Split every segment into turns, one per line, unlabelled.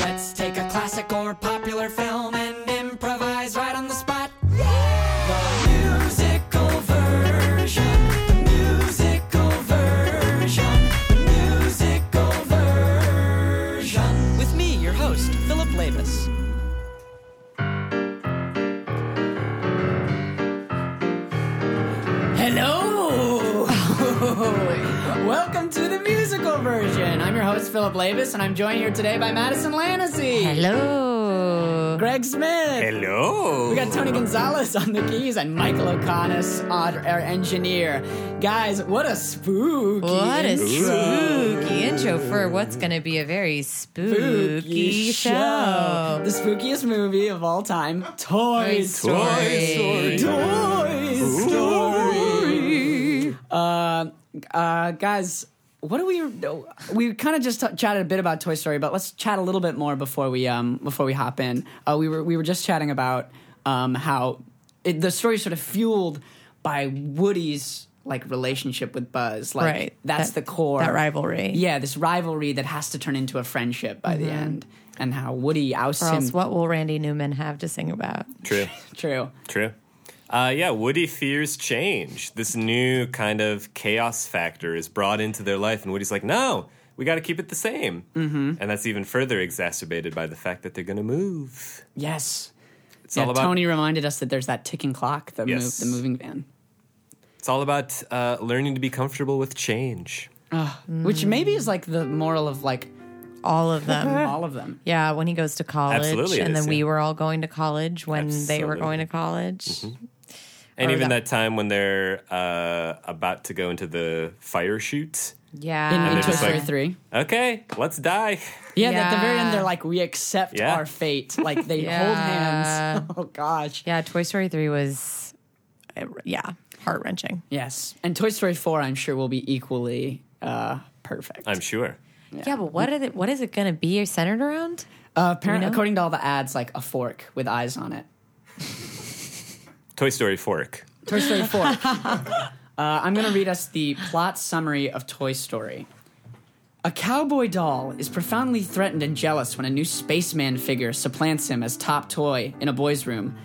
Let's take a classic or popular film and improvise right on the spot. The musical version. The musical version. The musical version. With me, your host, Philip Lavis. Hello! Welcome to the musical version. I'm your host, Philip Lavis, and I'm joined here today by Madison Lanacy.
Hello.
Greg Smith.
Hello.
We got Tony Gonzalez on the keys and Michael O'Connor, our, our engineer. Guys, what a spooky,
What a
intro.
spooky intro for what's going to be a very spooky, show.
The spookiest movie of all time, Toy
Toy
Story.
Story.
Toy Story. Uh, uh, guys, what do we? We kind of just t- chatted a bit about Toy Story, but let's chat a little bit more before we um before we hop in. Uh, we were we were just chatting about um how it, the story sort of fueled by Woody's like relationship with Buzz. Like
Right.
that's
That-
the core
that rivalry. Mm-hmm.
Yeah, this rivalry that has to turn into a friendship by the end, and how Woody ousts
Or
him.
else, what will Randy Newman have to sing about?
True.
True.
True. Uh, yeah, Woody fears change. This new kind of chaos factor is brought into their life, and Woody's like, no, we got to keep it the same. Mm-hmm. And that's even further exacerbated by the fact that they're going to move.
Yes.
It's
Yeah,
all about
Tony reminded us that there's that ticking clock, the
Yes.
move, the moving van,
it's all about uh, learning to be comfortable with change.
which maybe is like the moral of like
All of them.
all of them.
yeah, when he goes to college,
Absolutely it
and
is,
then we
yeah.
were all going to college when they
Absolutely.
were
Mm-hmm.
going to college.
And
Or
even
that-
that time when they're uh, about to go into the fire chute.
Yeah,
in
they're
Toy
just
Story
like-
three.
Okay, let's die.
Yeah, at the very end,
Yeah.
they're like, "We accept
Yeah.
our fate." Like they hold
Yeah.
hands. Oh gosh.
yeah. Toy Story three was, uh, yeah, heart wrenching.
Yes, and Toy Story four, I'm sure, will be equally uh, perfect.
I'm sure.
Yeah. but what are the, what is it going to be centered around?
uh, apparently,
You know?
according to all the ads, like a fork with eyes on it.
Toy Story Fork.
Toy Story 4. uh, I'm going to read us the plot summary of Toy Story. A cowboy doll is profoundly threatened and jealous when a new spaceman figure supplants him as top toy in a boy's room.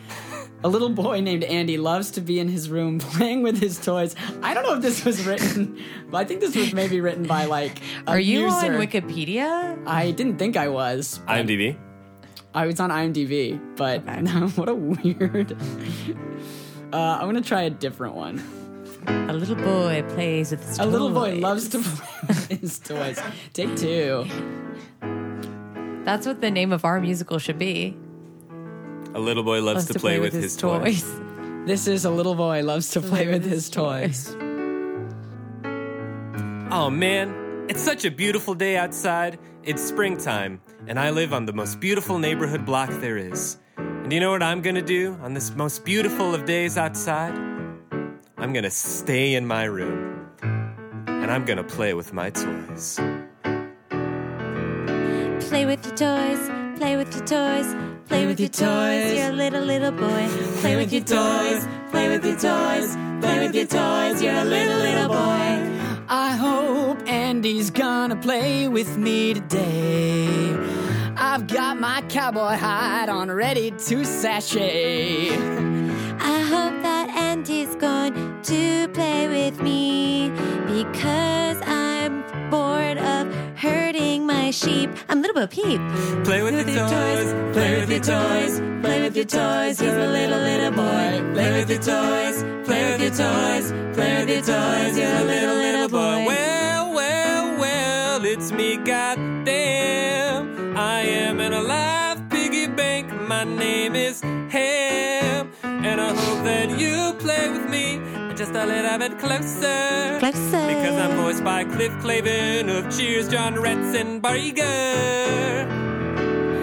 A little boy named Andy loves to be in his room playing with his toys. I don't know if this was written, but I think this was maybe written by like. a
Are you on
user.
Wikipedia?
I didn't think I was.
IMDb.
I was on IMDb, but what a weird. Uh, I'm gonna try a different one.
A little boy plays with his
A
Oh,
little boy
toys.
loves to play with his toys. Take two.
That's what the name of our musical should be.
A little boy loves, to, play, with, his, toys.
This is a little boy loves to play with his toys.
Oh man, it's such a beautiful day outside. It's springtime, and I live on the most beautiful neighborhood block there is. And you know what I'm gonna do on this most beautiful of days outside? I'm gonna stay in my room, and I'm gonna play with my toys.
Play with your toys, play with your toys, play with your toys, you're a little, little boy. Play with your toys, play with your toys, play with your toys, you're a little, little boy.
I hope Andy's gonna play with me today. I've got my cowboy hat on ready to sashay.
I hope that Andy's going to play with me because I'm bored of herding my sheep. I'm Little Bo Peep.
Play with your toys, play with your toys,
play with your toys, he's a little, little boy.
play with your toys, play with your toys, play with your toys, you're a little, little boy. Well, well, well, it's me, goddamn. I am an alive piggy bank, my name is Ham, and I hope that you play with me just a little bit closer.
Closer.
Because I'm voiced by Cliff Clavin of Cheers, John Ratzenberger.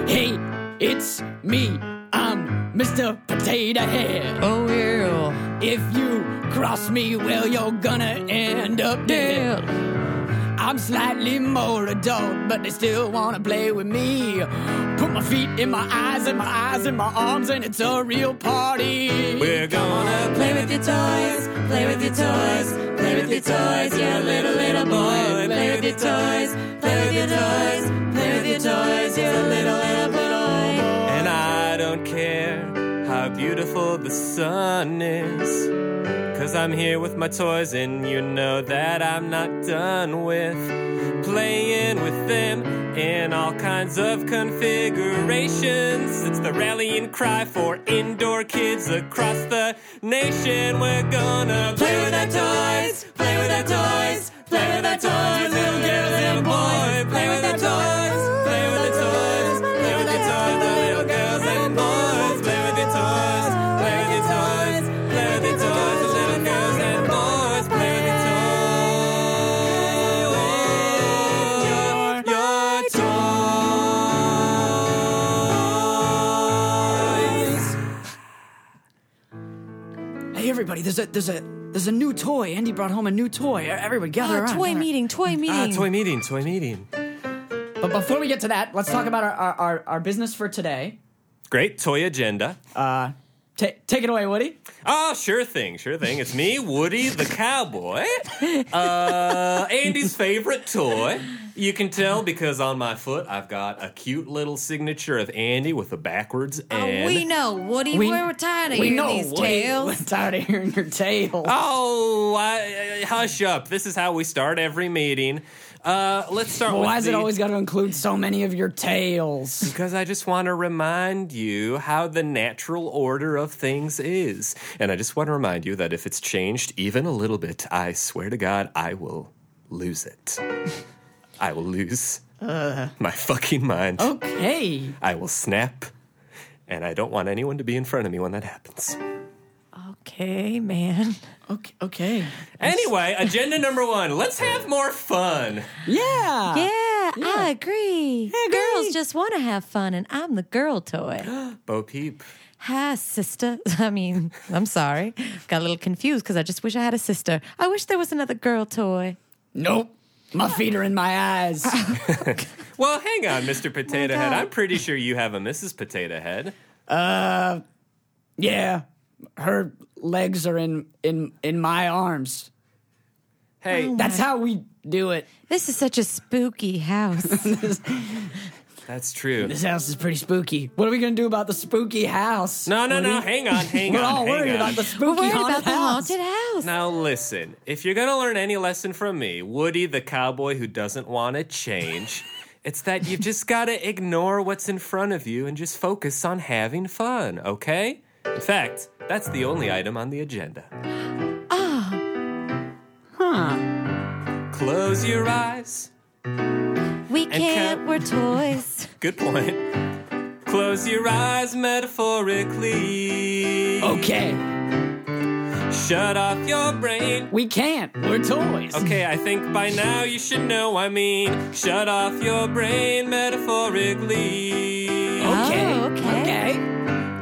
Hey, it's me. I'm Mr. Potato Head.
Oh, yeah.
If you cross me, well, you're gonna end up dead. I'm slightly more adult, but they still wanna play with me. Put my feet in my eyes and my eyes in my arms, and it's a real party.
We're gonna play with your toys, play with your toys, play with your toys, you're a little, little boy. Play with your toys, play with your toys, play with your toys, you're a little, little boy. beautiful the sun is. Cause I'm here with my toys, and you know that I'm not done with playing with them in all kinds of configurations. It's the rallying cry for indoor kids across the nation. We're gonna play with our toys, play with our toys, play with our toys, little girls, little boys, play with our toys, play with our toys, play with our toys, the little girls and boys, play with your toys, play with your toys, play with your toys, the little girls and boys, play with your toys, your toys.
Hey, everybody! There's a there's a there's a new toy. Andy brought home a new Oh, toy. Everybody, gather around.
toy
gather-
meeting, toy meeting.
Ah, toy meeting, toy meeting.
But before we get to that, let's talk about our our, our, our business for today.
Great toy agenda.
Ta take it away, Woody.
Oh, sure thing, sure thing. It's me, Woody the cowboy. Uh, Andy's favorite toy. You can tell because on my foot I've got a cute little signature of Andy with the backwards
Oh,
N.
we know, Woody.
We-
We, are tired of
we
hearing
know,
these
Woody.
tales.
We're tired of hearing your tales.
Oh, I, uh, hush up. This is how we start every meeting. Uh, let's start
Well,
with
why is it
the-
always got to include so many of your tales?
Because I just want to remind you how the natural order of things is. And I just want to remind you that if it's changed even a little bit, I swear to God, I will lose it. I will lose my fucking mind.
Okay.
I will snap. And I don't want anyone to be in front of me when that happens.
Okay, man.
Okay. Okay.
Anyway, agenda number one let's have more fun.
Yeah.
Yeah, I agree. Girls just want to have fun, and I'm the girl toy.
Bo Peep.
Hi, sister. I mean, I'm sorry. Got a little confused because I just wish I had a sister. I wish there was another girl toy.
Nope. My feet are in my eyes.
Well, hang on, Mr. Potato Head. I'm pretty sure you have a Mrs. Potato Head.
yeah. Her legs are in in in my arms.
Hey,
That's how we do it.
This is such a spooky house.
that's true.
This house is pretty spooky. What are we gonna do about the spooky house?
No, no, no. Hang on, hang
We're
on.
all
hang
worried
on.
about the
We're
spooky
worried
haunted
about the
house.
haunted house.
Now listen, if you're gonna learn any lesson from me, Woody the cowboy who doesn't want to change, it's that you've just gotta ignore what's in front of you and just focus on having fun, okay? In fact, that's the only item on the agenda.
Huh.
Close your eyes.
We
count-
can't, we're toys.
Good point. Close your eyes metaphorically.
Oh. Okay.
Shut off your brain.
We can't. We're toys.
Okay, I think by now you should know I mean shut off your brain metaphorically.
Okay.
Oh, okay.
Okay.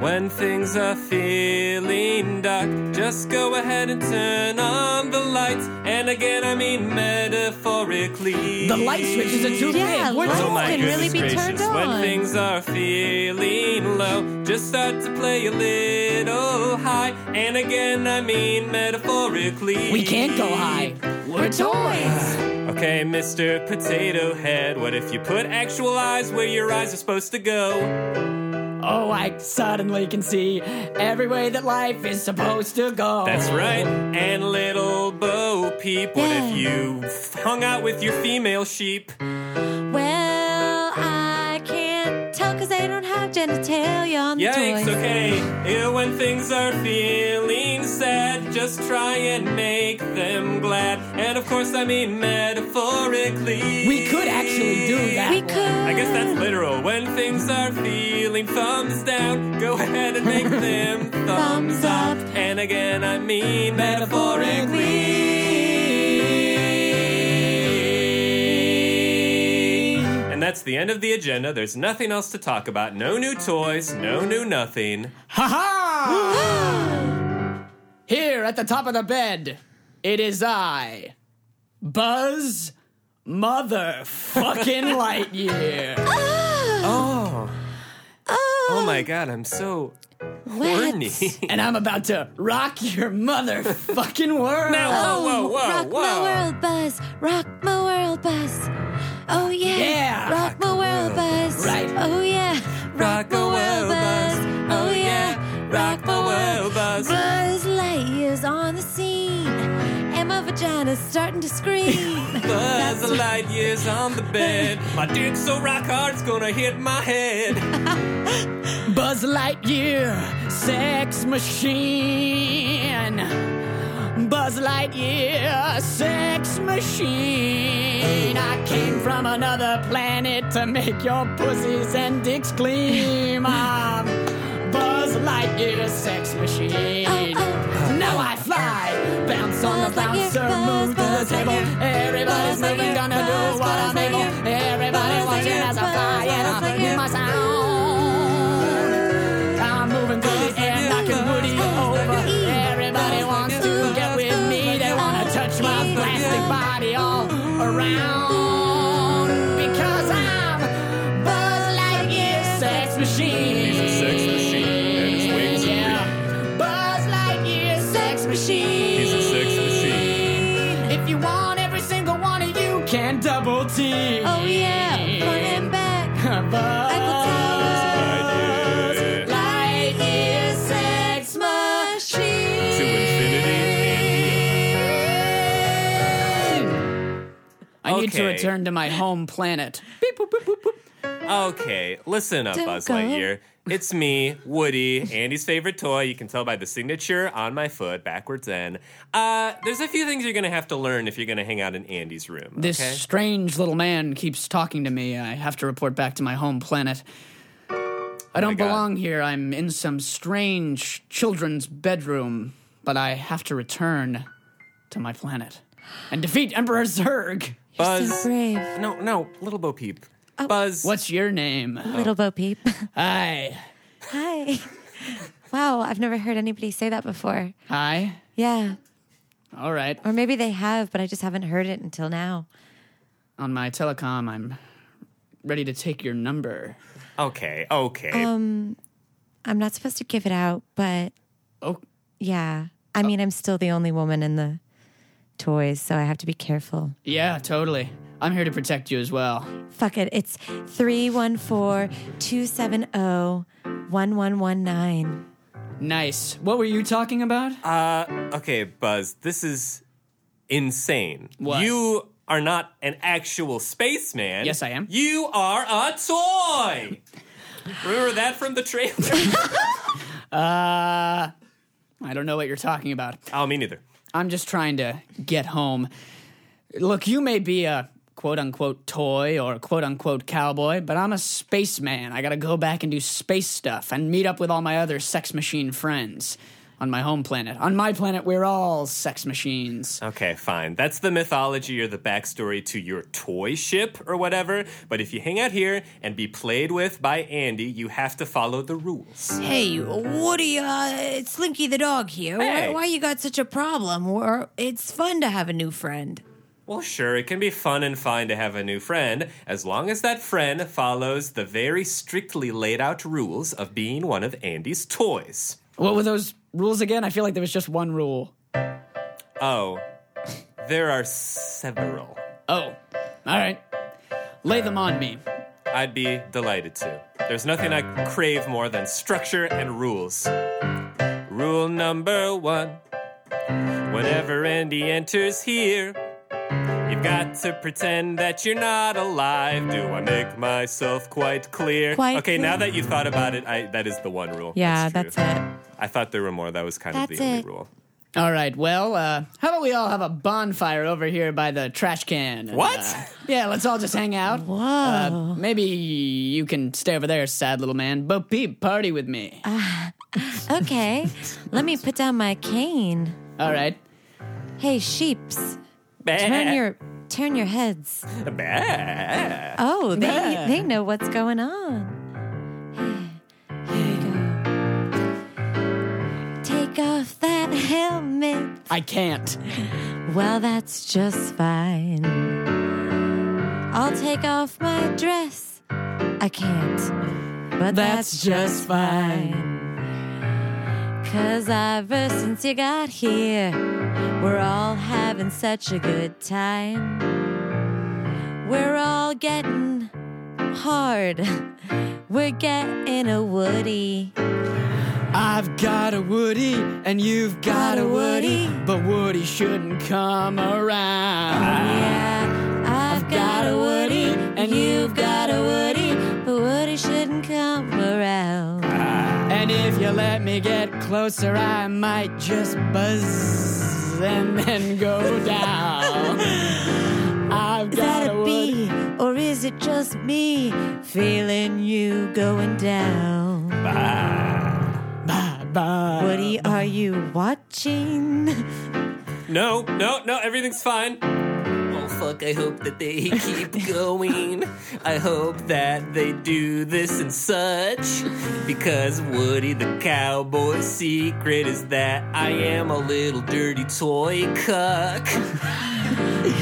When things are feeling dark, just go ahead and turn on the lights. And again, I mean metaphorically.
The light switches are too
Yeah,
big.
light-
We're
Oh
Oh
toys.
my
can
goodness
really be
gracious.
turned
When
on.
things are feeling low, just start to play a little high. And again, I mean metaphorically.
We can't go high. We're toys.
Okay, Mr. Potato Head, what if you put actual eyes where your eyes are supposed to go?
Oh, I suddenly can see every way that life is supposed to go.
That's right. And little Bo Peep, what if you f- hung out with your female sheep?
Well, I can't tell because I don't have genitalia on the
Yikes,
toys.
okay. Yeah, when things are feeling sad, just try and make them glad. And of course, I mean metaphorically.
We could actually do that.
We
one.
could.
I guess that's literal. When things are feeling thumbs down, go ahead and make them thumbs
Thumbs
up.
up.
And again, I mean metaphorically. And that's the end of the agenda. There's nothing else to talk about. No new toys, no new nothing.
Ha ha! Here at the top of the bed, it is I, Buzz Motherfucking Lightyear.
Oh. Oh my god, I'm so
oh,
horny.
And I'm about to rock your motherfucking world.
Now-
Oh,
Whoa, whoa, whoa,
rock
whoa.
my world, Buzz. Rock my world, Buzz. Oh yeah.
Yeah.
Rock my world, Buzz.
Right.
Oh yeah.
Rock a world, Buzz.
Oh yeah. Rock my vagina's starting to scream.
Buzz Lightyear's on the bed. My dick's so rock hard, it's gonna hit my head.
Buzz Lightyear, sex machine. Buzz Lightyear, sex machine. I came from another planet to make your pussies and dicks gleam. I'm Buzz Lightyear, sex machine.
Oh, oh.
Now I fly, bounce on the
Buzz Lightyear,
bouncer,
Buzz,
move to the
Buzz
table.
Lightyear.
Everybody's
Buzz
moving,
Lightyear,
gonna
Buzz,
do what I'm
Buzz
able.
Lightyear.
Everybody
Buzz
watching
Lightyear,
as I
Buzz
fly, and I
Lightyear.
hear my sound. I'm moving through the air, knocking Woody over. Everybody wants to get with me. They wanna touch my plastic body all around because I'm Buzz Lightyear, sex machine.
He's a sex machine, and his wings are
Yeah. Buzz Lightyear, sex machine.
He's a sex machine.
If you want every single one of you can double team.
Oh yeah, front and back.
Buzz
Lightyear.
Lightyear sex machine.
To
I need to
Okay.
return to my home planet. Beep, boop, boop, boop, boop.
Okay, listen up,
Don't
Buzz
go.
Lightyear. It's me, Woody, Andy's favorite toy. You can tell by the signature on my foot, backwards N. Uh, there's a few things you're going to have to learn if you're going to hang out in Andy's room.
This
okay?
strange little man keeps talking to me. I have to report back to my home planet. I don't
Oh God.
belong here. I'm in some strange children's bedroom, but I have to return to my planet and defeat Emperor Zurg.
Buzz.
So brave,
No, no, little Bo Peep.
Oh.
Buzz.
What's your name?
Oh.
little Bo Peep.
Hi.
Hi. Wow, I've never heard anybody say that before.
Hi.
Yeah,
All right.
or maybe they have, but I just haven't heard it until now.
On my telecom, I'm ready to take your number.
Okay, okay.
Um.
I'm not supposed to give it out, but
Oh,
yeah. I mean, I'm still the only woman in the toys, so I have to be careful.
yeah, totally. I'm here to protect you as well.
Fuck it. It's 314 270 1119.
Nice. What were you talking about?
okay, Buzz, this is insane.
What?
You are not an actual spaceman.
Yes, I am.
You are a toy. Remember that from the trailer?
I don't know what you're talking about.
oh, me neither.
I'm just trying to get home. Look, you may be a quote unquote toy or quote unquote cowboy, but I'm a spaceman. I gotta go back and do space stuff and meet up with all my other sex machine friends on my home planet. On my planet, we're all sex machines.
Okay, fine. That's the mythology or the backstory to your toy ship or whatever. But if you hang out here and be played with by Andy, you have to follow the rules.
Hey, Woody, uh, it's Slinky the dog here.
Hey.
Why, why you got such a problem? Or it's fun to have a new friend.
Well, sure, it can be fun and fine to have a new friend, as long as that friend follows the very strictly laid out rules of being one of Andy's toys.
What were those rules again? I feel like there was just one rule.
Oh, there are several.
Oh, all right. Lay them on me.
I'd be delighted to. There's nothing I crave more than structure and rules. Rule number one whenever Andy enters here, you've got to pretend that you're not alive. Do I make myself quite clear?
Quite
okay,
clear.
now that you've thought about it, I, that is the one rule.
Yeah,
That's
that's,
true.
it.
I thought there were more. That was kind of
That's
the only
it.
rule.
All right. Well, uh, how about we all have a bonfire over here by the trash can? and,
What?
uh, yeah, let's all just hang out. Whoa. Uh, maybe you can stay over there, sad little man. But peep, party with me.
Okay, let me put down my cane.
all right.
Hey, sheeps, turn your turn your heads. Oh, they
Yeah.
they know what's going on. Here we go. Take off that helmet.
I can't.
Well, that's just fine. I'll take off my dress. I can't.
That's
But that's,
just
just fine. Cause ever since you got here, we're all having such a good time. We're all getting hard. We're getting a Woody.
I've got a Woody and you've got a Woody, but Woody shouldn't come around.
Yeah, I've got a Woody, and you've got a Woody, but Woody shouldn't come around.
And if you let me get closer, I might just buzz and then go down. I've
Is that
got
a
a Woody.
bee, or is it just me feeling you going down?
Bye bye.
Woody, are you watching?
No, no, no, everything's fine. Oh, fuck, I hope that they keep going. I hope that they do this and such. Because Woody the Cowboy's secret is that I am a little dirty toy cuck.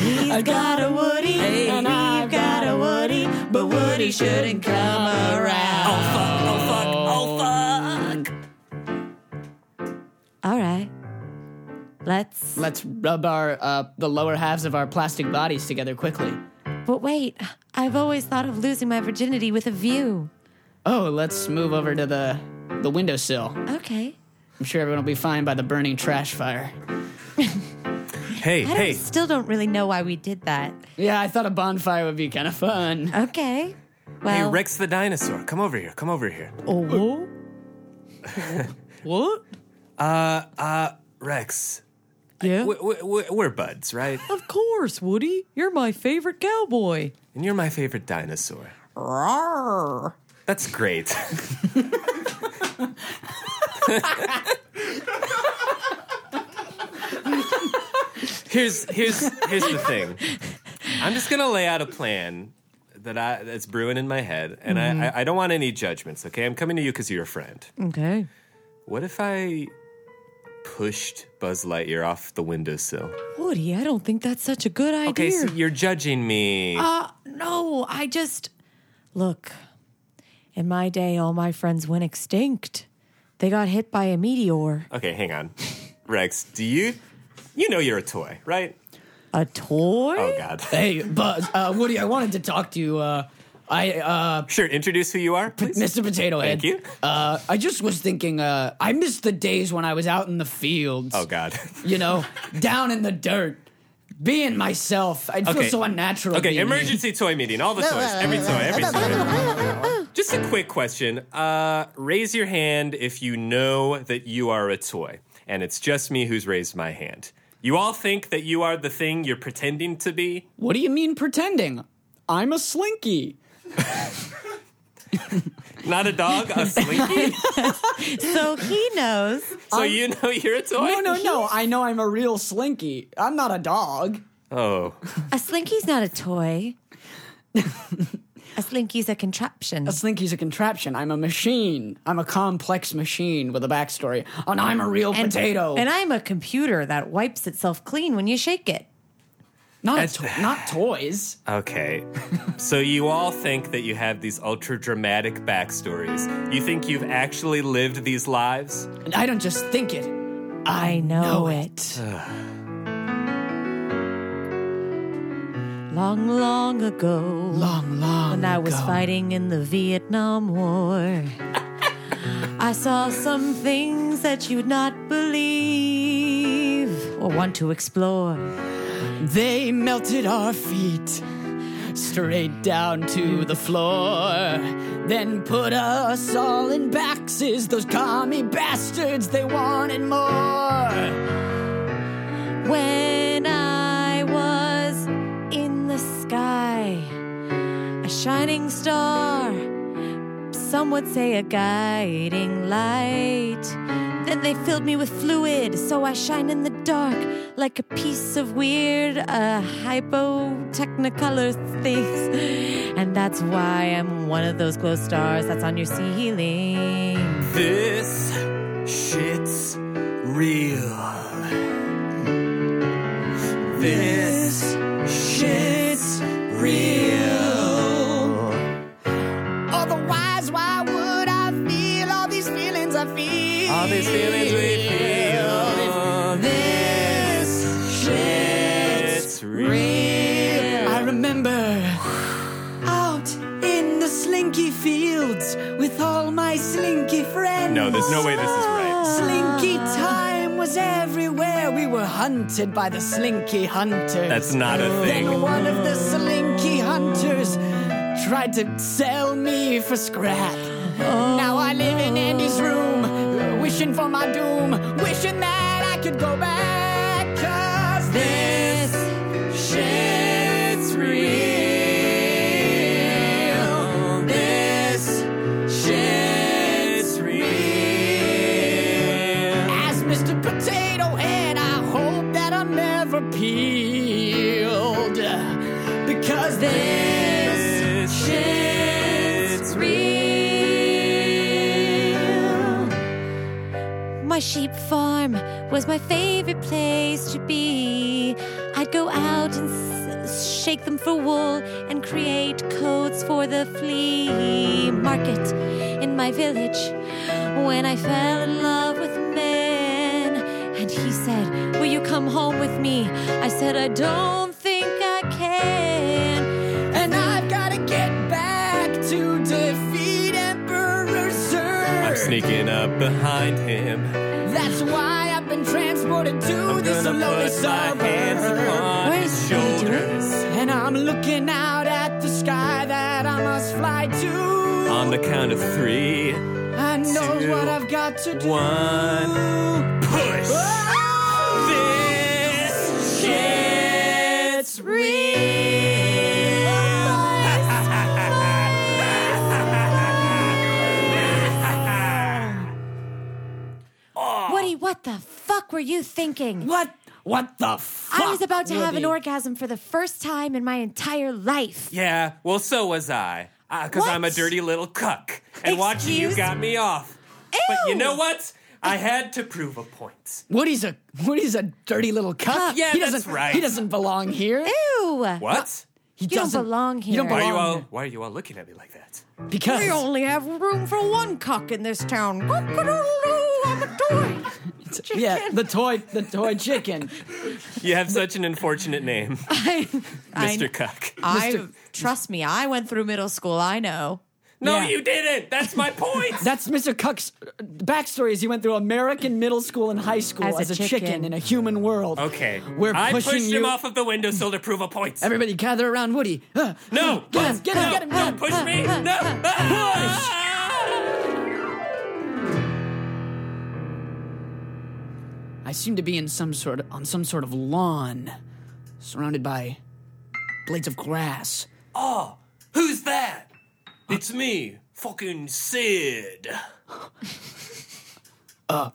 He's got a Woody, and I've got a Woody, but Woody shouldn't come around.
Oh, fuck, oh, fuck, oh, fuck.
All right, let's.
Let's rub our uh, the lower halves of our plastic bodies together quickly.
But wait, I've always thought of losing my virginity with a view.
Oh, let's move over to the the windowsill.
Okay.
I'm sure everyone will be fine by the burning trash fire.
Hey,
I don't, still don't really know why we did that.
Yeah, I thought a bonfire would be kind of fun.
Okay.
Hey,
Well,
Rex the dinosaur, come over here, come over here.
Oh, what?
Uh, uh, Rex.
Yeah?
We- we- we- we're buds, right?
Of course, Woody. You're my favorite cowboy.
And you're my favorite dinosaur.
Rawr.
That's great. here's here's here's the thing. I'm just gonna lay out a plan that I that's brewing in my head, and I, I I don't want any judgments. Okay, I'm coming to you because you're a friend.
okay.
What if I pushed Buzz Lightyear off the windowsill?
Woody, I don't think that's such a good idea.
Okay, so you're judging me.
Uh, no, I just look. In my day, all my friends went extinct. They got hit by a meteor.
okay, hang on, Rex. Do you you know you're a toy, right?
A toy?
Oh God.
Hey, Buzz, uh, Woody, I wanted to talk to you. Uh, I, uh,
Sure, introduce who you are, please.
Mr. Potato Head.
Thank you.
Uh, I just was thinking, uh, I miss the days when I was out in the fields.
Oh God.
You know, down in the dirt, being myself. I'd feel
Okay.
so unnatural.
Okay,
being me.
emergency toy meeting. All the toys. Every toy. Every toy. Just a quick question. Uh, raise your hand if you know that you are a toy, and it's just me who's raised my hand. You all think that you are the thing you're pretending to be.
What do you mean pretending? I'm a slinky.
Not a dog, a slinky.
So he knows.
so you know you're a toy.
No, no, no. I know I'm a real slinky. I'm not a dog.
Oh,
A slinky's not a toy. a slinky's a contraption.
A slinky's a contraption. I'm a machine. I'm a complex machine with a backstory. And I'm a real potato.
And I'm a computer that wipes itself clean when you shake it.
not, a to- not toys.
okay. so you all think that you have these ultra dramatic backstories. You think you've actually lived these lives.
And I don't just think it.
I know, it. long, long ago.
Long, long.
when I was fighting in the Vietnam War. I saw some things that you'd not believe or want to explore.
They melted our feet straight down to the floor. Then put us all in boxes. Those commie bastards, they wanted more.
When I was in the sky, a shining star, some would say a guiding light. Then they filled me with fluid, so I shine in the dark like a piece of weird, uh, hypotechnicolor things. And that's why I'm one of those glow stars that's on your ceiling.
This shit's real. This shit's real.
Otherwise, why would I feel all these feelings I feel?
All these feelings we feel. This shit's real.
I remember out in the sleep. slinky fields with all my slinky friends.
No, there's no way this is right.
Slinky time was everywhere. We were hunted by the slinky hunters.
That's not a
Then
thing.
one of the slinky hunters tried to sell me for scrap. Now I live in Andy's room, wishing for my doom, wishing that I could go back. 'cause this shit's real. This shit's real. As Mr. Potato Head, I hope that I'm never peeled. Because this shit's real.
My sheep farm was my favorite place to be. I'd go out and s- shake them for wool and create coats for the flea market in my village. When I fell in love with a man, and he said, Will you come home with me? I said, I don't think I can.
And I've gotta get back to defeat Emperor Sir.
I'm sneaking up behind him.
That's why I've been transported to
Oh,
I'm
this
gonna
lonely
put my hands
suburb.
upon
Where
his
is he doing?
shoulders.
And I'm looking out at the sky that I must fly to.
On the count of three,
I know
two,
what I've got to do.
one, push. This shit's
Woody, what the fuck were you thinking?
What? What the fuck?
I was about to have an
Woody?
orgasm for the first time in my entire life.
Yeah, well, so was I. Because
What?
I'm a dirty little cuck. And watching you
Excuse-
got me off. But you
Ew.
know what? I had to prove a point.
Woody's a Woody's a dirty little cuck.
Yeah,
he
that's
doesn't,
right.
He doesn't belong here.
Ew.
What?
He
You don't
doesn't
belong
You don't
here.
Why
belong
are you all why are you all looking at me like that?
because
We only have room for one cock in this town. Cock-a-doodle-doo, I'm a toy.
yeah, the toy the toy chicken.
You have such an unfortunate name,
I, I-
Mr. Cuck.
I, trust me, I went through middle school. I know.
No,
Yeah.
you didn't. That's my point.
That's Mr. Cuck's uh, backstory. Is he went through American middle school and high school as
As
a,
a
chicken.
chicken.
in a human world.
Okay.
We're
I
pushing
pushed him
you-
off of the windowsill to prove a point.
Everybody gather around Woody. Uh,
no!
Get him, get him,
no,
get him, get him.
Don't push me! No! Ah!
I seem to be in some sort on some sort of lawn, surrounded by blades of grass.
Who's that? It's me, fucking Sid.
A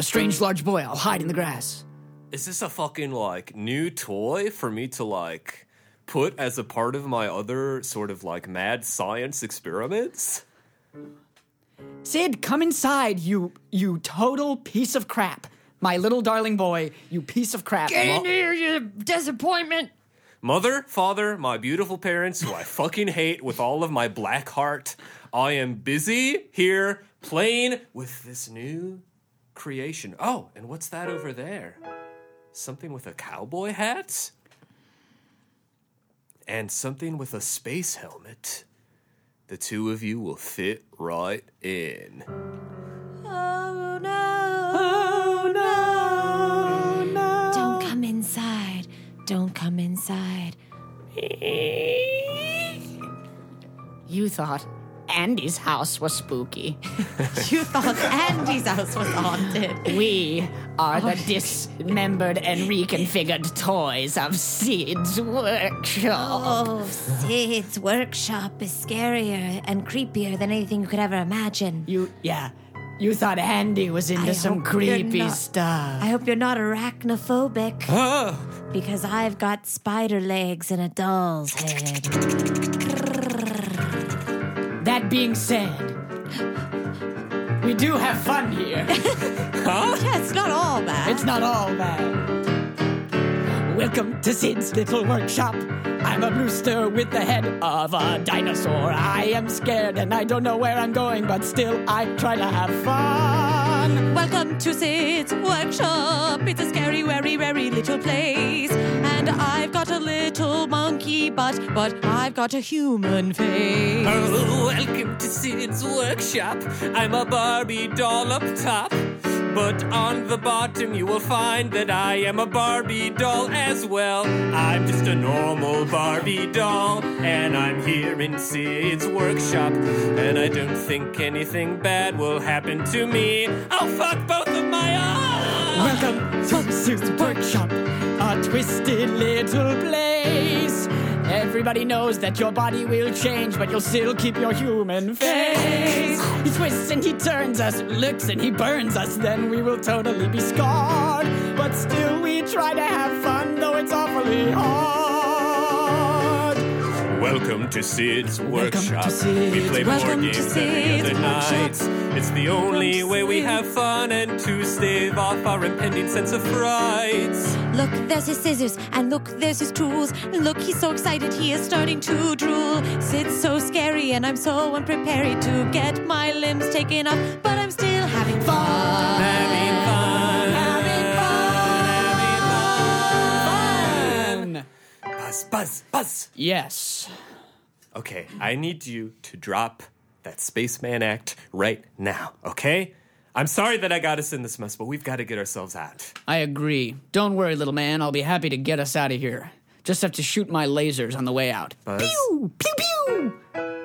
strange large boy. I'll hide in the grass.
Is this a fucking like new toy for me to like put as a part of my other sort of like mad science experiments?
Sid, come inside, you you total piece of crap. My little darling boy, you piece of crap.
Here, you disappointment.
Mother, father, my beautiful parents, who I fucking hate with all of my black heart, I am busy here playing with this new creation. Oh, and what's that over there? Something with a cowboy hat? And something with a space helmet. The two of you will fit right in.
Oh no. Don't come inside. Don't come inside.
You thought Andy's house was spooky.
You thought Andy's house was haunted.
We are
Oh,
the dismembered and reconfigured toys of Sid's workshop.
Oh, Sid's workshop is scarier and creepier than anything you could ever imagine.
You, yeah, you thought Andy was into
I
some
hope you're
creepy
not-
stuff.
I hope you're not arachnophobic
Oh,
because I've got spider legs and a doll's head.
That being said, we do have fun here.
Yeah, it's not all bad.
It's not all bad. Welcome to Sid's little workshop. I'm a rooster with the head of a dinosaur. I am scared and I don't know where I'm going, but still I try to have fun.
Welcome to Sid's workshop. It's a scary, very, very little place. And I've got a little
monkey butt, but I've got a human face.
Oh, welcome to Sid's workshop. I'm a Barbie doll up top. But on the bottom, you will find that I am a Barbie doll as well. I'm just a normal Barbie doll, and I'm here in Sid's workshop. And I don't think anything bad will happen to me. I'll fuck both of my arms!
Welcome to Sue's Workshop, a twisted little place. Everybody knows that your body will change, but you'll still keep your human face. He twists and he turns us, licks and he burns us, then we will totally be scarred. But still, we try to have fun, though it's awfully hard.
Welcome to Sid's Workshop.
to Sid's.
We play
Welcome
board
to
games every
Sid's
other night. It's the only way we have fun and to stave off our impending sense of fright.
Look, there's his scissors, and look, there's his tools. Look, he's so excited, he is starting to drool. Sid's so scary, and I'm so unprepared to get my limbs taken off, but I'm still having fun.
Having fun. Having fun. Buzz, buzz, buzz.
Yes.
Okay, I need you to drop that spaceman act right now, okay? I'm sorry that I got us in this mess, but we've got to get ourselves out.
I agree. Don't worry, little man. I'll be happy to get us out of here. Just have to shoot my lasers on the way out.
Buzz.
Pew! Pew pew!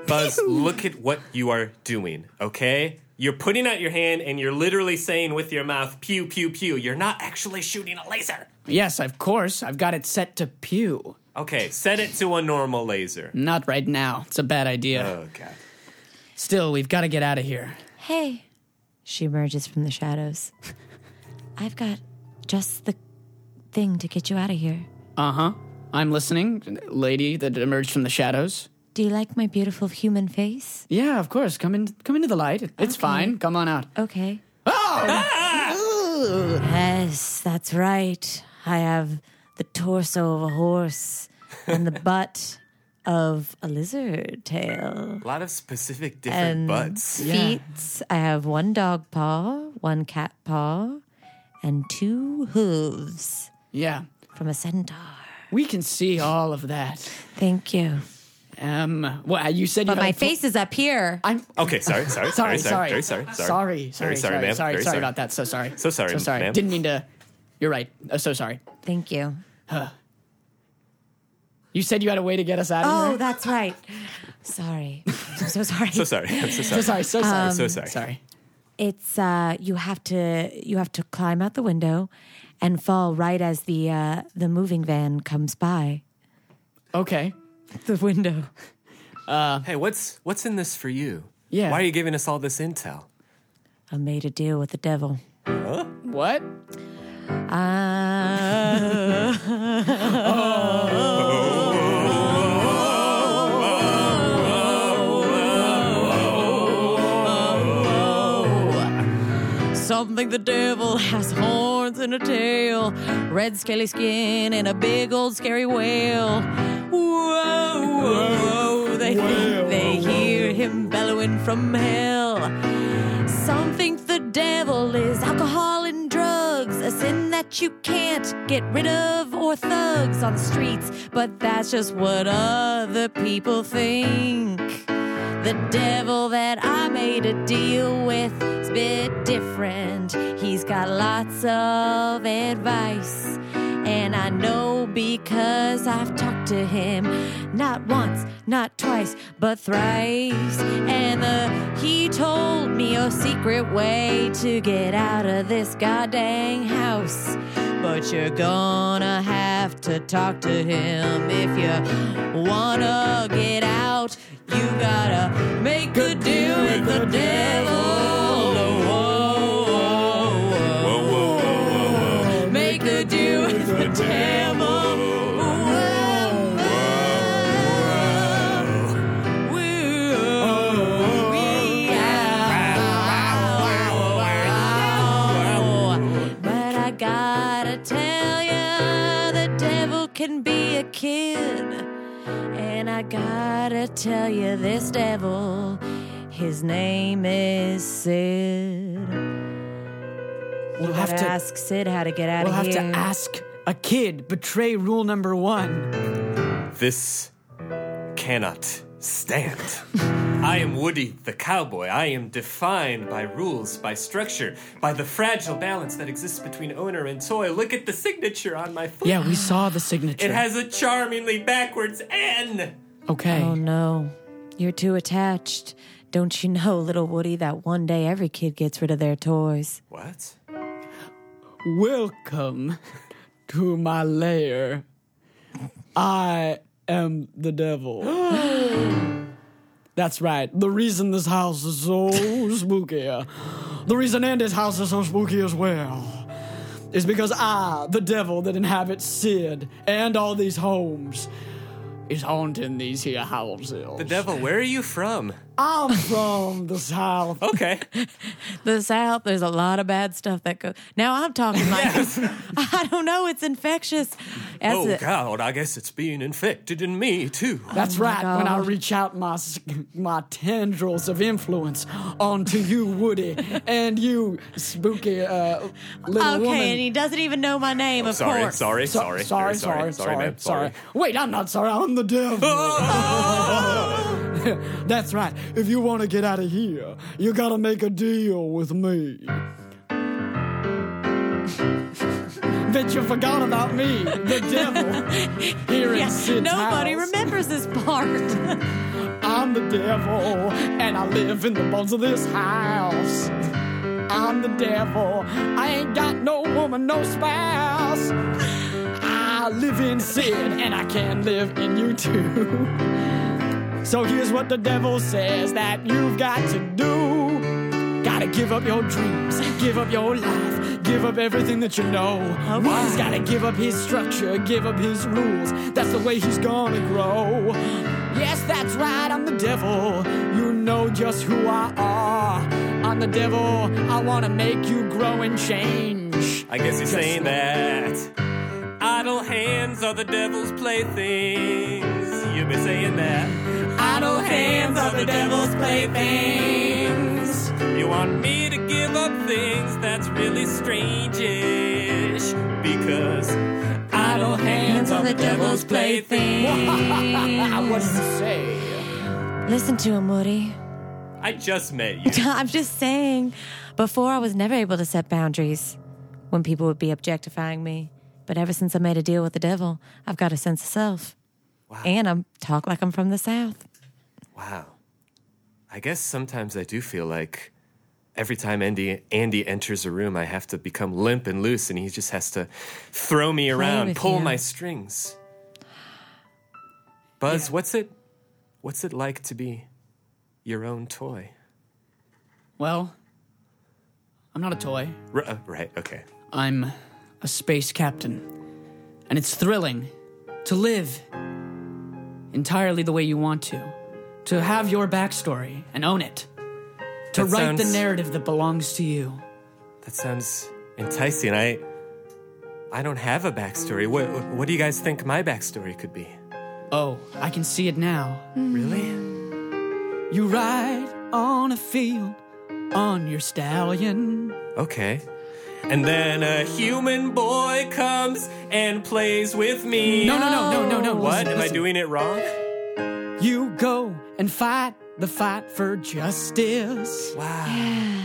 Buzz, look at what you are doing, okay? You're putting out your hand and you're literally saying with your mouth, pew, pew, pew. You're not actually shooting a laser.
Yes, of course. I've got it set to pew.
Okay, set it to a normal laser.
Not right now. It's a bad idea.
Oh, God.
Still, we've got to get out of here.
Hey, she emerges from the shadows. I've got just the thing to get you out of here.
Uh huh. I'm listening, lady that emerged from the shadows.
Do you like my beautiful human face?
Yeah, of course. Come in. Come into the light. It's fine. Come on out.
Okay.
Oh!
Yes, that's right. I have the torso of a horse and the butt of a lizard tail.
A lot of specific different
And-
butts.
Yeah.
Feet, I have one dog paw, one cat paw, and two hooves
yeah.
from a centaur.
We can see all of that.
Thank you.
Um. Well, you said you
But
had
my
a fo-
face is up here.
I'm
Okay, sorry, sorry,
sorry,
sorry,
sorry,
sorry, sorry,
sorry,
sorry, sorry,
sorry,
ma'am.
sorry,
Very
sorry about that. So sorry.
So sorry,
So sorry.
ma'am.
Didn't mean to. You're right. Uh, so sorry.
Thank you.
You said you had a way to get us out of
Oh,
here.
that's right. Sorry. I'm so sorry.
So sorry. I'm so
So
sorry.
sorry.
Um,
So sorry.
so sorry.
Sorry.
It's uh you have to you have to climb out the window and fall right as the uh the moving van comes by
Okay.
the window.
Hey, what's what's in this for you?
Yeah.
Why are you giving us all this intel?
I made a deal with the devil.
What?
Uh, Something the devil has horns and a tail, red scaly skin and a big old scary whale. Whoa, whoa, whoa, they think they hear him bellowing from hell. Some think the devil is alcohol and drugs, a sin that you can't get rid of, or thugs on the streets. But that's just what other people think. The devil that I made a deal with is a bit different. He's got lots of advice. And I know because I've talked to him not once, not twice, but thrice. And uh, he told me a secret way to get out of this goddamn house. But you're gonna have to talk to him if you wanna get out. You gotta make a deal with the devil.
Whoa, whoa, whoa, whoa, whoa.
Make a deal with the devil.
Ah.
But I gotta tell ya, the devil can be a kid. And I gotta tell you, this devil, his name is Sid.
We'll
Have
have
to
to.
ask Sid how to get out
We'll
of
have
here.
to ask a kid. Betray rule number one.
This cannot stand. I am Woody the cowboy. I am defined by rules, by structure, by the fragile balance that exists between owner and toy. Look at the signature on my foot.
Yeah, we saw the signature.
It has a charmingly backwards N.
okay.
Oh no, you're too attached. Don't you know, little Woody, that one day every kid gets rid of their toys?
What?
Welcome to my lair. I am the devil. That's right. The reason this house is so spooky, uh, the reason Andy's house is so spooky as well, is because I, the devil that inhabits Sid and all these homes, is haunting these here houses.
The devil, where are you from?
I'm from the south.
Okay.
The South, there's a lot of bad stuff that goes. Now I'm talking like I don't know. It's infectious. As
oh,
a-
God, I guess it's being infected in me, too.
Oh
That's right. When I
God.
reach out my s- my tendrils of influence onto you, Woody, and you, spooky uh, little
okay,
woman.
and he doesn't even know my name. of
Oh, Sorry,
course.
sorry,
So-
sorry,
sorry,
very sorry, sorry, ma'am, sorry.
Wait, I'm not sorry. I'm the devil.
Oh!
That's right. If you want to get out of here, you gotta make a deal with me. Bet you forgot about me, the devil. Here
Yeah,
in Sid's
nobody
house.
remembers this part.
I'm the devil, and I live in the bones of this house. I'm the devil. I ain't got no woman, no spouse. I live in sin, and I can live in you too. So here's what the devil says that you've got to do. Gotta give up your dreams, give up your life, give up everything that you know. He's gotta give up his structure, give up his rules. That's the way he's gonna grow. Yes, that's right, I'm the devil. You know just who I are. I'm the devil, I wanna make you grow and change.
I guess he's
Just-
saying that idle hands are the devil's playthings. You've been saying that idle hands are the devil's playthings. You want me to give up things that's really strange-ish because idle hands are the devil's playthings.
I wasn't say.
Listen to him, Woody.
I just met you.
I'm just saying, before I was never able to set boundaries when people would be objectifying me. But ever since I made a deal with the devil, I've got a sense of self. And I'm talk like I'm from the South.
Wow. I guess sometimes I do feel like every time Andy Andy enters a room, I have to become limp and loose, and he just has to throw me around,
with
pull
you.
my strings. Buzz, what's it? What's it like to be your own toy?
Well, I'm not a toy.
R- uh, right. Okay.
I'm a space captain, and it's thrilling to live entirely the way you want to, to have your backstory and own it, to
That
write the
sounds-
narrative that belongs to you.
That sounds enticing. I I don't have a backstory. What What do you guys think my backstory could be?
Oh, I can see it now.
Really?
You ride on a field on your stallion.
Okay. And then a human boy comes and plays with me.
No, no, no, no, no, no.
What?
listen,
Am I
listen.
doing it wrong?
You go and fight the fight for justice.
Wow.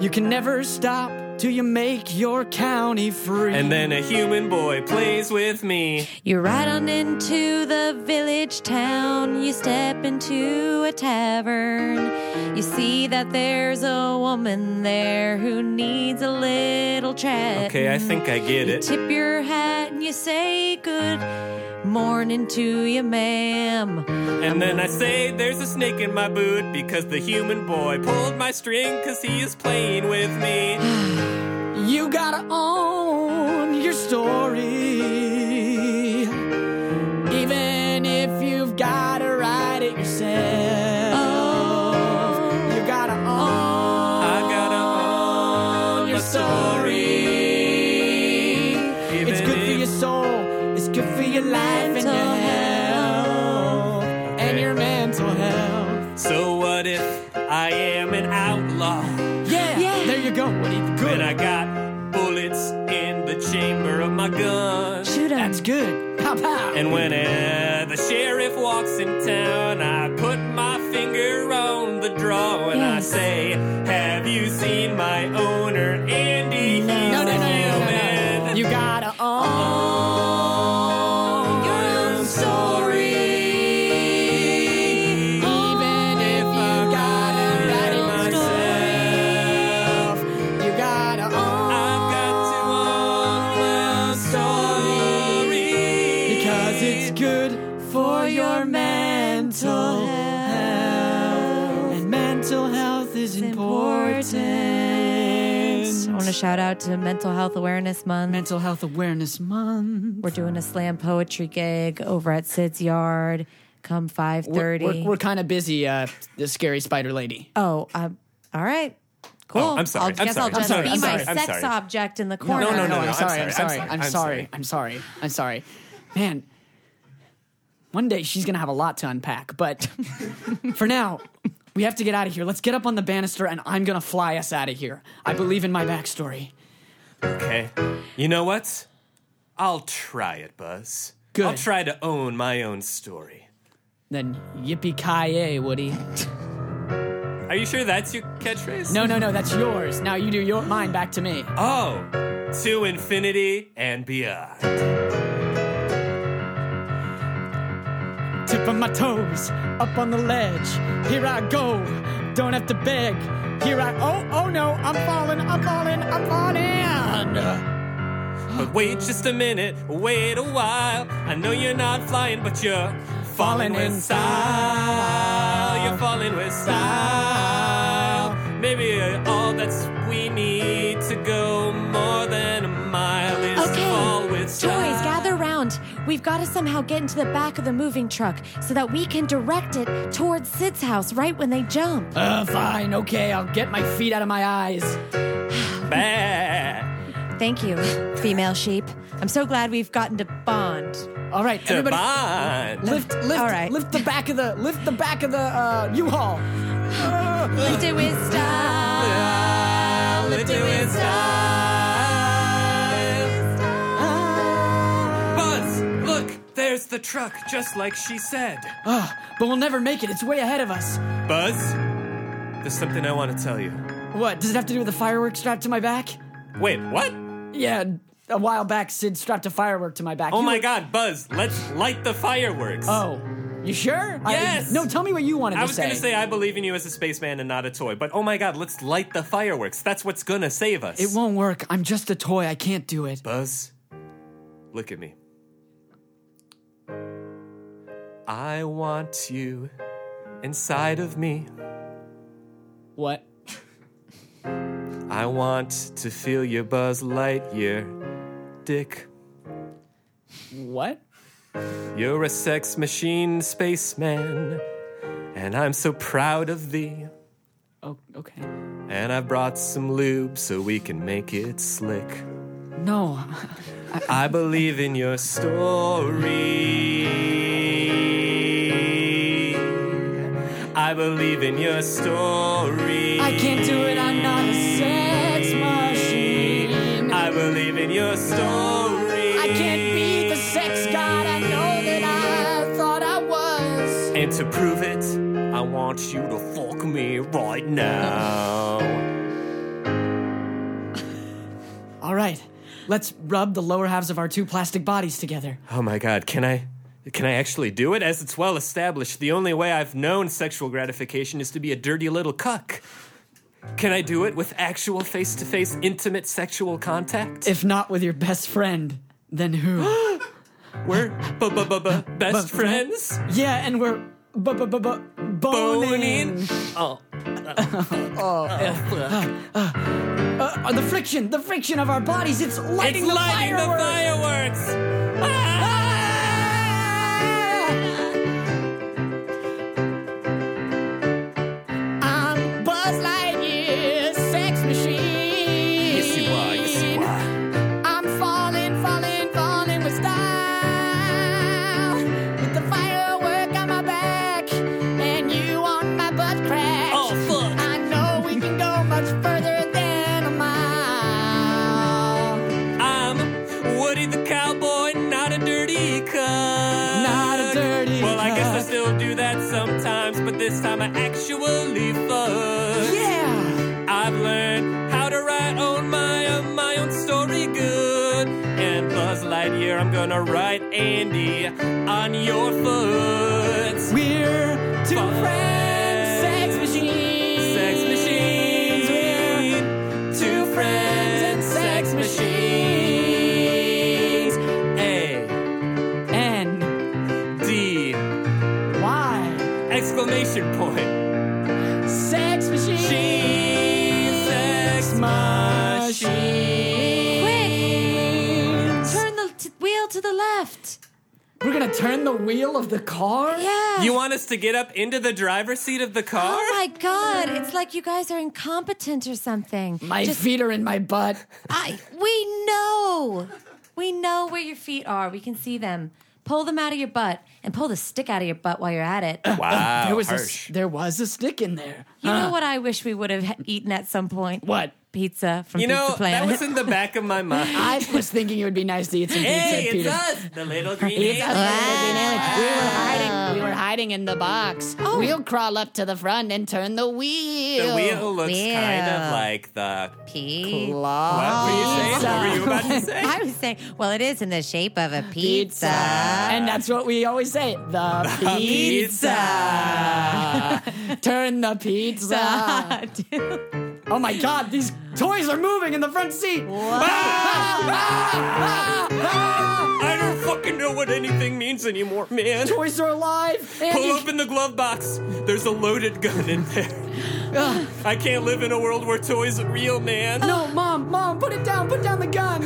You can never stop till you make your county free.
And then a human boy plays with me.
You ride on into the village town. You step into a tavern. You see that there's a woman there who needs a little chat.
Okay, I think I get it.
Tip your hat and you say good morning to you, ma'am.
And then I say there's a snake in my boot because the human boy pulled my string because he is playing with me.
You gotta own your story. Even if you've gotta write it yourself, you gotta own
I gotta own
your
my story. Even
It's good for
if-
your soul, it's good for your life and your health, and
Okay.
your mental health.
So what if I am an outlaw?
Yeah, there you go, Woody. Good.
And I got bullets in the chamber of my gun.
That's good. Pow pow.
And when uh, the sheriff walks in town, I put my finger on the draw and I
Yes.
say, Have you seen my owner, Andy? No,
no, no, no, no, no. You gotta own.
I'm sorry.
Even if you gotta write
Hurt
it
myself.
myself, you gotta own.
I've got to own my story.
Because it's good for your mental health. And mental health is important.
I want to shout out to Mental Health Awareness Month.
Mental Health Awareness Month.
We're doing a slam poetry gig over at Sid's yard. Come five
We're, we're,
thirty.
we're kind of busy, uh, the scary spider lady.
Oh, um, all right. Cool.
Oh, I'm sorry.
I'll
I'm
guess I'll
sorry. I'm
just
sorry.
be
I'm
my
sorry. I'm
sex
sorry.
object in the corner.
no, no,
I'm
I'm
sorry. I'm
sorry,
sorry.
I'm
I'm sorry.
sorry,
I'm sorry. I'm sorry. Man, one day she's going to have a lot to unpack. But for now, we have to get out of here. Let's get up on the banister and I'm going to fly us out of here. I believe in my backstory.
Okay. You know what? I'll try it, Buzz.
Good.
I'll try to own my own story.
Then yippee ki yay, Woody.
Are you sure that's your catchphrase?
No, no, no, that's yours. Now you do your mine back to me.
Oh, to infinity and beyond.
Tip of my toes, up on the ledge. Here I go, don't have to beg. Here I oh oh no, I'm falling, I'm falling, I'm falling.
But wait just a minute, wait a while. I know you're not flying, but you're falling with style. You're falling with style. Maybe all that's we need to go more than a mile is to fall
Okay,
with
toys,
style.
gather round. We've got to somehow get into the back of the moving truck so that we can direct it towards Sid's house right when they jump.
Uh, fine, okay, I'll get my feet out of my eyes.
Back
Thank you, female sheep. I'm so glad we've gotten to bond.
All right,
to
everybody,
bond.
lift, lift,
All right.
lift the back of the, lift the back of the uh, U-Haul.
Lift it with style.
Let's do it style. Buzz, look, there's the truck, just like she said.
Ugh, Ah, but we'll never make it. It's way ahead of us.
Buzz, there's something I want to tell you.
What does it have to do with the firework strapped to my back?
Wait, what?
Yeah, a while back, Sid strapped a firework to my back.
Oh
You
my
were-
god, Buzz, let's light the fireworks.
Oh, you sure? I-
Yes!
no, tell me what you wanted
I
to
was
say.
gonna say I believe in you as a spaceman and not a toy, but oh my god, let's light the fireworks. That's what's gonna save us.
It won't work. I'm just a toy. I can't do it.
Buzz, look at me. I want you inside of me.
What?
I want to feel your Buzz Lightyear dick.
What?
You're a sex machine spaceman, and I'm so proud of thee.
Oh, okay.
And I brought some lube so we can make it slick.
No.
I believe in your story. I believe in your story.
I can't do it. I'm not a sex machine.
I believe in your story.
I can't be the sex god I know that I thought I was.
And to prove it, I want you to fuck me right now.
All right. Let's rub the lower halves of our two plastic bodies together.
Oh my god, can I? Can I actually do it? As it's well established, the only way I've known sexual gratification is to be a dirty little cuck. Can I do it with actual face to face intimate sexual contact?
If not with your best friend, then who?
We're bu- bu- bu- bu- best friends.
yeah, and we're bu- bu- bu- bu- boning.
Boning. Oh,
Uh, the friction, the friction of our bodies. It's
it's
lighting the Ah.
lighting the
fireworks.
fireworks.
I'm Buzz Lightyear, sex machine.
Yes, you are. Yes, you are.
I'm falling, falling, falling with style. With the firework on my back, and you on my butt crack.
Oh, fuck.
I know we can go much further than a mile.
I'm Woody the cowboy, not a are actually fun.
Yeah.
I've learned how to write on my own, my own story good. And Buzz Lightyear, I'm gonna write Andy on your foot.
We're two
Fun.
friends, sex machines.
Sex machines, we're two friends and sex machines. A
N
D
Y.
exclamation point.
Sex machines.
Machines, sex machines.
Machines.
Turn the t- wheel to the left.
We're gonna turn the wheel of the car.
Yeah.
You want us to get up into the driver's seat of the car?
Oh my god, it's like you guys are incompetent or something.
My feet are in my butt.
I we know. We know where your feet are. We can see them. Pull them out of your butt and pull the stick out of your butt while you're at it.
Wow,
there was a, s-
Oh, harsh.
there was a stick in there.
You know what I wish we would have he- eaten at some point?
What?
Pizza from
you know,
Pizza Planet.
that was in the back of my mind.
I was thinking it would be nice to eat some pizza, Peter.
us, the little green
It's us,
alien.
little green alien. We were hiding. We were hiding in the box. We'll crawl up to the front and turn the wheel.
The wheel looks
Wheel.
kind of like the.
Pizza.
What were you saying? What were you
Pizza.
about to say?
I was saying, well, it is in the shape of a
Pizza.
pizza.
And that's what we always say. The
Ah!
pizza. Turn the pizza. Oh my god, these toys are moving in the front seat.
Ah! I don't fucking know what anything means anymore, man.
Toys are alive.
Eh.
And
Pull open the glove box. There's a loaded gun in there. I can't live in a world where toys are real, man.
No, mom, mom, put it down. Put down the gun.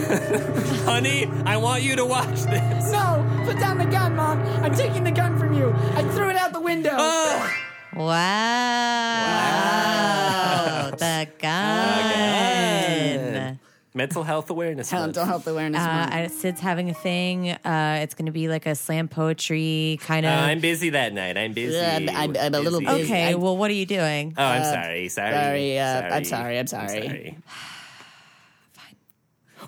Honey, I want you to watch this.
no, put down the gun, mom. I'm taking the gun from you. I threw it out the window.
Uh.
Ah.
Wow. The gun.
Mental health awareness. month.
Mental health awareness.
Uh,
month.
I- Sid's having a thing. Uh, it's going to be like a slam poetry kind
Uh,
of.
I'm busy that night. I'm busy.
Yeah, I'm- I'm- I'm a little busy.
okay,
I-
well, what are you doing?
Oh, I'm sorry. Sorry.
sorry, uh, I'm sorry, I'm sorry.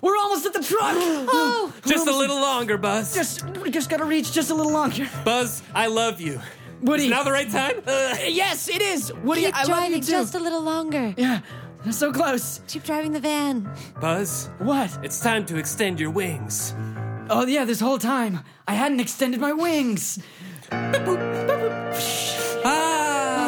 We're almost at the truck. oh,
Just a little longer, Buzz.
just we just gotta reach just a little longer.
Buzz, I love you.
Woody.
Is now the right time? Ugh.
yes, it is. Woody,
Keep
I love you
driving
too.
just a little longer.
yeah, they're so close.
Keep driving the van.
Buzz,
What?
it's time to extend your wings.
Oh yeah, this whole time I hadn't extended my wings. Ah.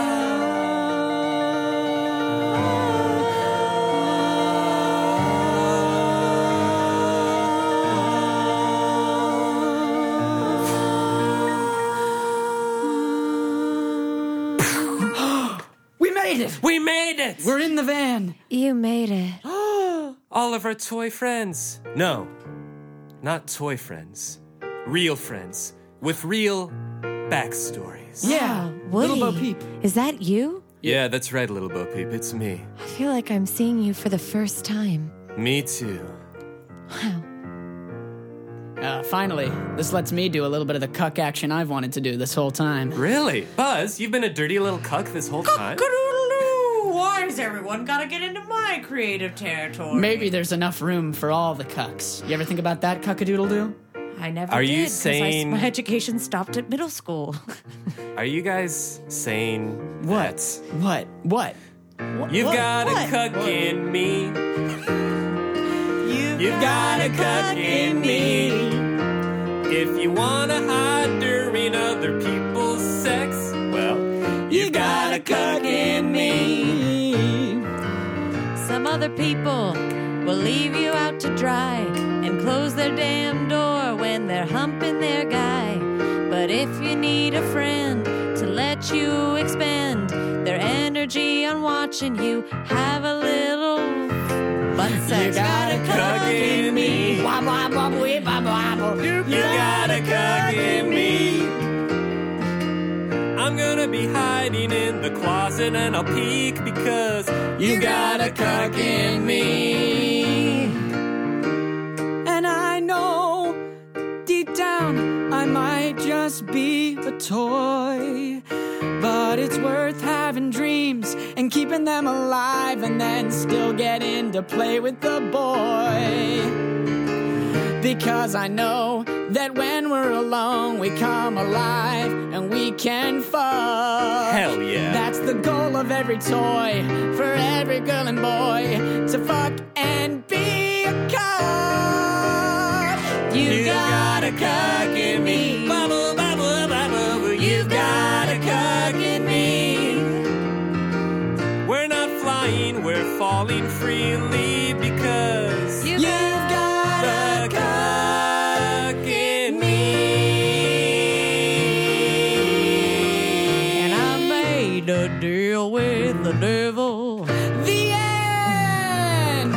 We made it.
We made it!
We're in the van.
You made it.
all of our toy friends. No, not toy friends. Real friends with real backstories.
Yeah,
Ah, Woody,
little Bo Peep.
is that you?
Yeah, that's right, little Bo Peep. It's me.
I feel like I'm seeing you for the first time.
Me too.
Wow.
Uh, finally, this lets me do a little bit of the cuck action I've wanted to do this whole time.
Really? Buzz, you've been a dirty little cuck this whole time?
Why has everyone got to get into my creative territory?
Maybe there's enough room for all the cucks. You ever think about that, cockadoodle doo?
I never
Are
did.
you
'cause I-
saying-
my education stopped at middle school?
Are you guys saying what?
What? What?
You've got a cuck in me. You've, got, a cuck in me. If you wanna hide during other people's sex, well, you've got a cuck in me.
Some other people will leave you out to dry and close their damn door when they're humping their guy. But if you need a friend to let you expend their energy on watching you have a little butt sex, you
got a
Cuck in me.
Wobble, wobble, wobble, wee, bobble, wobble.
You got a cuck in me. I'm gonna be hiding in the closet and I'll peek because you got a cuck in me.
And I know deep down I might just be a toy. But it's worth having dreams and keeping them alive and then still getting to play with the boy. Because I know that when we're alone, we come alive and we can fuck.
Hell yeah.
That's the goal of every toy for every girl and boy to fuck and be a cock.
You,
You got a cock in me. Bubble, bubble, bubble. You got a cock in me. We're not flying, we're falling freely because
You
You've got
the
a
cock in me.
And I made a deal with the devil.
The end!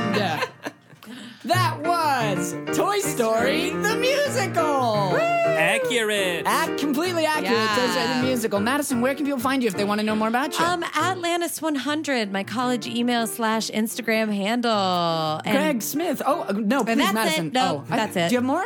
that was Toy Story the musical!
Accurate.
Ac- completely accurate, Toy Story the
Yeah.
musical. Madison, where can people find you if they want to know more about
Uh,
you?
Um, Atlantis100, my college email slash Instagram handle. And,
Greg Smith. Oh, uh, no, please,
that's it.
Madison.
No,
oh, I-
that's it.
Do you have more?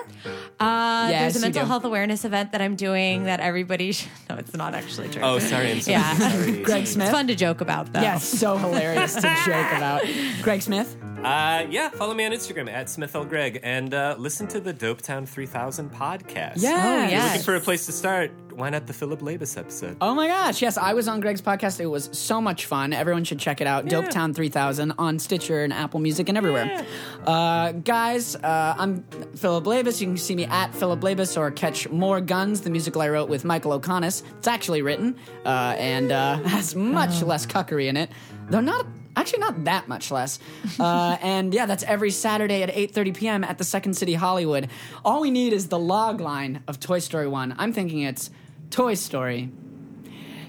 Uh,
Yes,
there's a
you
mental
do.
health awareness event that I'm doing that everybody should. No, it's not actually true.
Oh, sorry. I'm so
Yeah.
sorry.
Greg
It's
Smith.
fun to joke about, though.
Yes, so hilarious to joke about. Greg Smith.
Uh, yeah, follow me on Instagram at SmithLGreg and uh, listen to the Dopetown 3000 podcast.
Yes.
Oh,
If you're Looking
yes.
for a place to start? Why not the Philip Labus episode?
Oh my gosh, yes, I was on Greg's podcast. It was so much fun. Everyone should check it out. Dopetown 3000 on Stitcher and Apple Music and everywhere. Uh, guys, uh, I'm Philip Labus. You can see me at Philip Labus or catch More Guns, the musical I wrote with Michael O'Connor. It's actually written uh, and uh, has much less cuckery in it, though not. Actually, not that much less. Uh, and yeah, that's every Saturday at 8.30 p.m. at the Second City Hollywood. All we need is the log line of Toy Story 1. I'm thinking it's Toy Story.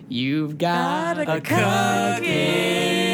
You've got, a
Cock in